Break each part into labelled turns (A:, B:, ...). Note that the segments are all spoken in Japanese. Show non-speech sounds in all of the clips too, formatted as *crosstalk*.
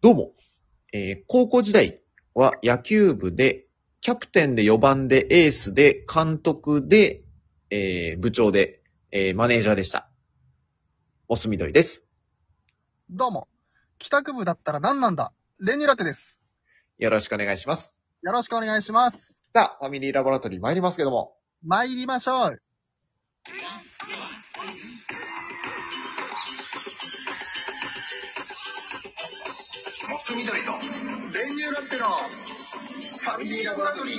A: どうも。えー高校時代は野球部で、キャプテンで4番でエースで監督で、えー部長で、えーマネージャーでした。モスみどりです。
B: どうも。帰宅部だったら何なんだレニュラテです。
A: よろしくお願いします。
B: よろしくお願いします。
A: さあ、ファミリーラボラトリー参りますけども。
B: 参りましょう。
C: モス緑と練乳ラッテのファミリーラボラトリー。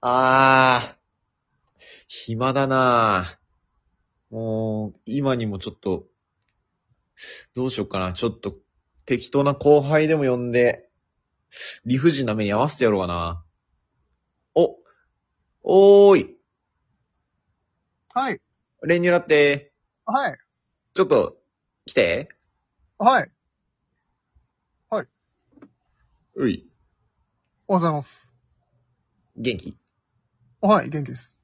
A: あー、暇だなぁもう、今にもちょっと、どうしようかな。ちょっと、適当な後輩でも呼んで、理不尽な目に合わせてやろうかな。お、おーい、
B: はい。
A: 練乳ラって、
B: はい。
A: ちょっと、来て。
B: はい。
A: うい、
B: おはようございます。
A: 元気
B: はい。元気です。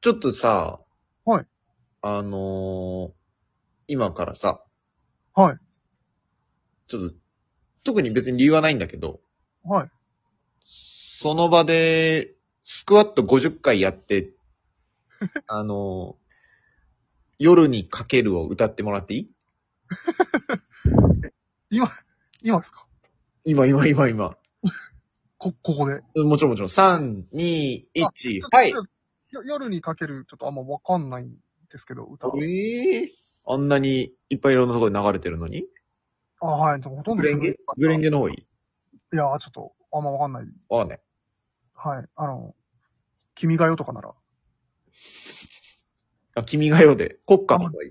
A: ちょっとさ、
B: はい。
A: あのー、今からさ、
B: はい。
A: ちょっと、特に別に理由はないんだけど、
B: はい。
A: その場で、スクワット50回や
B: *laughs*
A: って、あの、夜にかけるを歌ってもらっていい
B: 今ですか
A: 今、今、今、今。
B: こ、ここで。
A: もちろん、もちろん。3、2、1、
B: あ
A: はい
B: ちょ。っとよ夜にかける、ちょっとあんまわかんないんですけど、歌。
A: ええあんなにいっぱいいろんなところで流れてるのに
B: あ、はい。ほとんど。
A: グレンゲグレンゲの方がい
B: いや、ちょっと、あんまわかんない。
A: いわかんない。
B: はい。あの、君が代とかなら、
A: あ、君が代で。国歌の方がいい。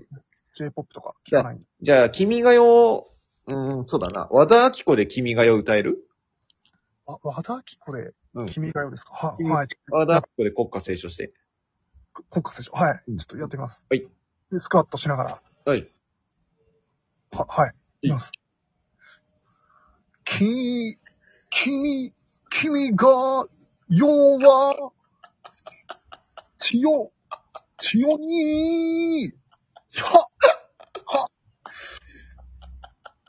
B: J-POP とか聞かないんで。
A: じゃあ、君が代、うん、そうだな。和田アキ子で君が代歌える
B: あ、和田アキ子で
A: うん、
B: 君が代ですか、は
A: 君
B: はい。
A: 和田アキ子で国歌斉唱して。
B: 国家選手。はい。
A: うん
B: ちょっとやってみます。
A: はい。
B: で、スクワットしながら。
A: はい。
B: は、はい。
A: い
B: いきます。き、君、君が、世は、千代、千代に、は、は、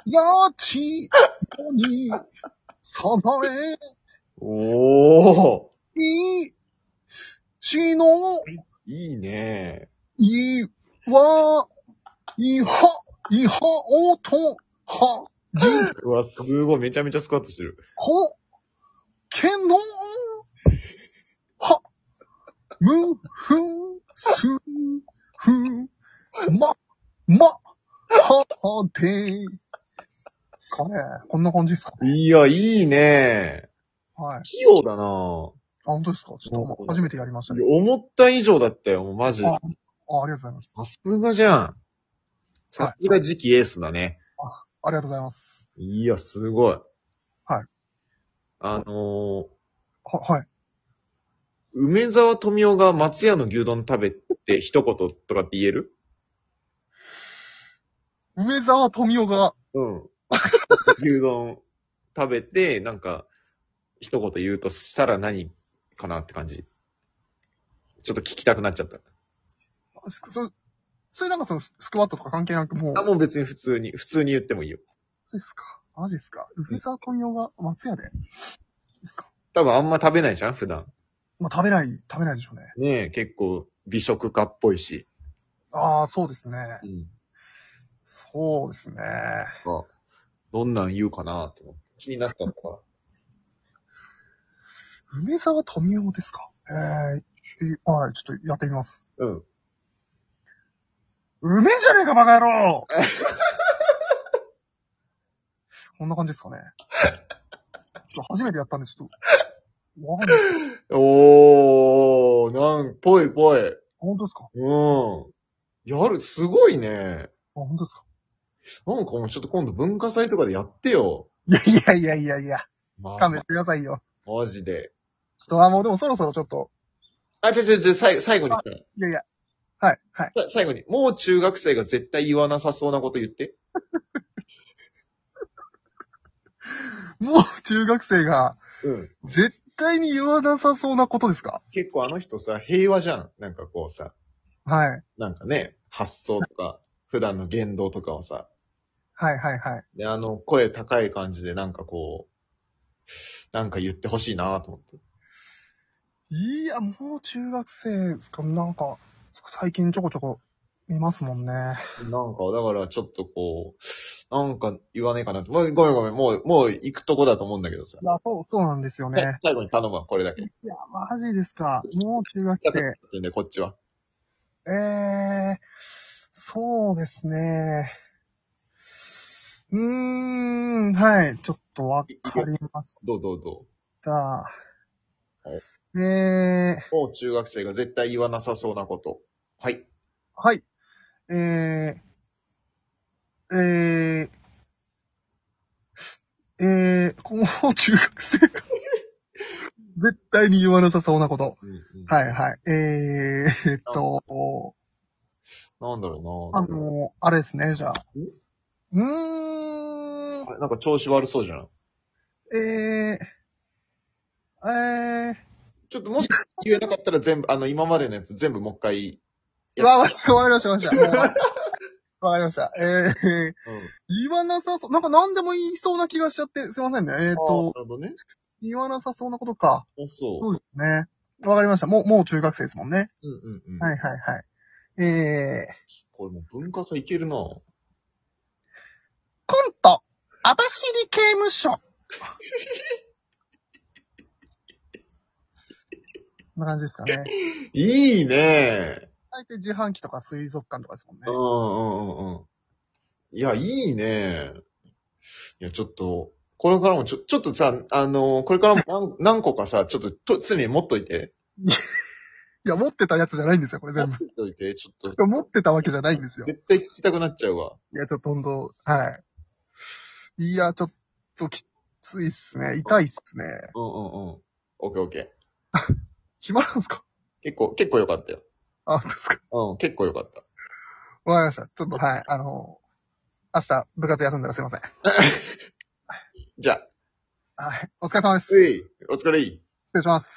B: やち、よに、さざれ、
A: おー
B: い、しの、
A: いいね
B: いわ、いは、いはおと、は、り
A: うわ、すごい、めちゃめちゃスクワットしてる。
B: こ、けの、は、む、ふん、す、ふ、ま、ま、は、で、ですかね。こんな感じですかね。
A: いや、いいね
B: はい。あ、
A: 器用だなぁ
B: 本当ですかちょっと初めてやりましたね。
A: 思った以上だったよ、もうマジ。
B: あ
A: さ
B: あ、ありがとうございます。
A: すがじゃん。さすが次期エースだね。
B: ありがとうございます。
A: いや、すごい。
B: はい。
A: あのー、
B: は、はい。
A: 梅沢富美男が松屋の牛丼食べて一言とかって言える
B: 梅沢富美男が、
A: うん。 *laughs* 牛丼食べて、なんか、一言言うとしたら何かなって感じ。ちょっと聞きたくなっちゃった。
B: そそそれなんかそのススクワットとか関係なくもう、
A: あ、もう別に普通に、普通に言ってもいいよ。
B: ですかマジですか梅沢富美男が松屋でですか
A: 多分あんま食べないじゃん、普段。
B: まあ、食べない、食べないでしょうね。
A: ねえ、結構美食家っぽいし。
B: ああ、そうですね。
A: うん。
B: そうですね。
A: どんなん言うかなって思って気になったのか。
B: 梅沢富美男ですかえー、えはい、ちょっとやってみます。
A: うん。
B: うめえじゃねえか、バカ野郎こんな感じですかね。ちょっと初めてやったんで、ちょっと、わかんない。
A: おー、なん、ぽいぽい。
B: 本当ですかあ、
A: うん。やる、すごいね。
B: 本当ですか
A: なんかもうちょっと今度文化祭とかでやってよ。
B: いやいやいやいやいや、
A: まあ
B: 勘弁してくださいよ。
A: マジで。
B: ちょっと、あ、もうでもそろそろちょっと、
A: あ、ちょちょちょ、最最後にさ
B: いやいや、はい、はい。
A: さ最後に。もう中学生が絶対言わなさそうなこと言って。
B: もう中学生が
A: うん。
B: 絶対に言わなさそうなことですか
A: 結構あの人さ、平和じゃん。なんかこうさ、
B: はい。
A: なんかね、発想とか、普段の言動とかをさ、
B: はいはいはい。
A: で、あの、声高い感じでなんかこう、なんか言ってほしいなと思って。
B: いや、もう中学生ですかなんか、最近ちょこちょこ見ますもんね。
A: なんか、だからちょっとこう、なんか言わねえかなと。ごめんごめんごめん、もう、もう行くとこだと思うんだけどさ
B: い。や、そう、そうなんですよね。
A: 最後に頼むわ、これだけ。
B: いや、マジですか。もう中学
A: だ
B: 生。
A: で、こっちは。
B: えー、そうですね。うーん、はい、ちょっとわかりまし
A: どうどうど
B: た。
A: はい
B: えー、
A: う。もう中学生が絶対言わなさそうなこと。はい。
B: はい。えー、えー、えー、今後中学生が絶対に言わなさそうなこと。
A: うんうん
B: はいはい。えー、えっと、
A: なんだろう
B: あ
A: な
B: の、あれですね、じゃあ。うーん、
A: あれなんか調子悪そうじゃん。
B: えー、え
A: ちょっともし言えなかったら全部、あの、今までのやつ全部もう一回。
B: ー、わ、わし、わかりました、わかりました。もうわかりました。え
A: う
B: ー、
A: ん。
B: 言わなさそう、なんか何でも言いそうな気がしちゃって、すいませんね。えっ、
A: あ
B: と
A: ー、なるほどね。
B: 言わなさそうなこと
A: あ、
B: か。
A: そ。
B: そううですね。わかりました。もう、もう中学生ですもんね。
A: うんうんうん。
B: はいはいはい。えー、
A: これもう文化祭いけるな
B: コント、網走刑務所。こんな感じですかね。
A: いいね
B: 大抵自販機とか水族館とかですもんね
A: うん。うんうんうん。いや、いいねいや、ちょっと、これからもちょ、ちょっとさ、あのこれからも何 *laughs* 何個かさ、ちょっとと常に持っといて。
B: いや、持ってたやつじゃないんですよ、これ
A: 持
B: 全
A: っ
B: 部。
A: といて、ちょっと。
B: 持ってたわけじゃないんですよ。
A: 絶対聞きたくなっちゃうわ。
B: いや、ちょっとほんと、はい。いや、ちょっときついっすね。痛いっすね。
A: うんうんうん。オッケーオッケー。
B: 暇なんですか
A: 結構、結構良かったよ。
B: あ、そうですか。
A: うん、結構良かった。
B: わかりました。ちょっと、はい。あの、明日部活休んだらすいません。 *laughs*
A: じゃあ、
B: はい。お疲れ様です。
A: うい、お疲れい。
B: 失礼します。